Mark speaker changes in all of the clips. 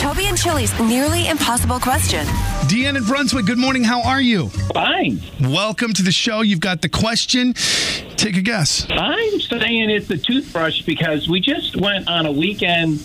Speaker 1: Toby and Chili's Nearly Impossible Question.
Speaker 2: Deanne in Brunswick, good morning. How are you?
Speaker 3: Fine,
Speaker 2: Welcome to the show. You've got the question. Take a guess.
Speaker 3: I'm saying it's the toothbrush because we just went on a weekend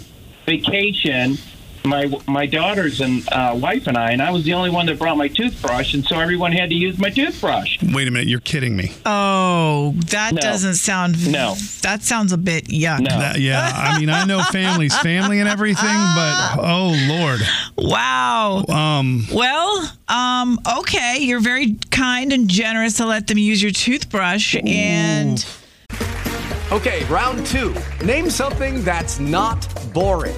Speaker 3: vacation. My my daughters and uh, wife and I, and I was the only one that brought my toothbrush, and so everyone had to use my toothbrush.
Speaker 2: Wait a minute, you're kidding me.
Speaker 4: Oh, that
Speaker 3: No.
Speaker 4: doesn't sound.
Speaker 3: No.
Speaker 4: That sounds a bit yuck.
Speaker 3: No.
Speaker 2: That- yeah, I mean, I know families, family and everything, but oh lord.
Speaker 4: Wow.
Speaker 2: Um,
Speaker 4: Well, um, okay. You're very kind and generous to let them use your toothbrush. And
Speaker 5: Okay, round two. Name something that's not boring.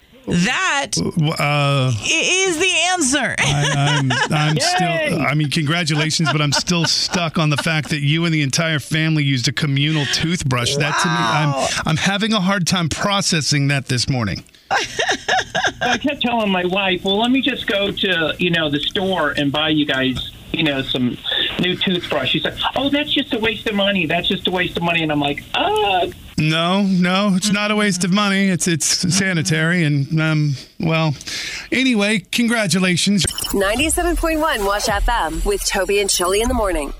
Speaker 4: that
Speaker 2: w- uh,
Speaker 4: i- is the answer.
Speaker 2: I'm, I'm
Speaker 3: Yay!
Speaker 2: still. I mean, congratulations, but I'm still stuck on the fact that you and the entire family used a communal toothbrush. That to me, I'm I'm having a hard time processing that this morning.
Speaker 3: I kept telling my wife, "Well, let me just go to you know the store and buy you guys you know some new toothbrush." She said, "Oh, that's just a waste of money. That's just a waste of money." And I'm like, "Uh,
Speaker 2: No, no, it's not a waste of money. It's it's sanitary and um well. Anyway, congratulations.
Speaker 1: 97.1 Wash FM with Toby and Chili in the morning.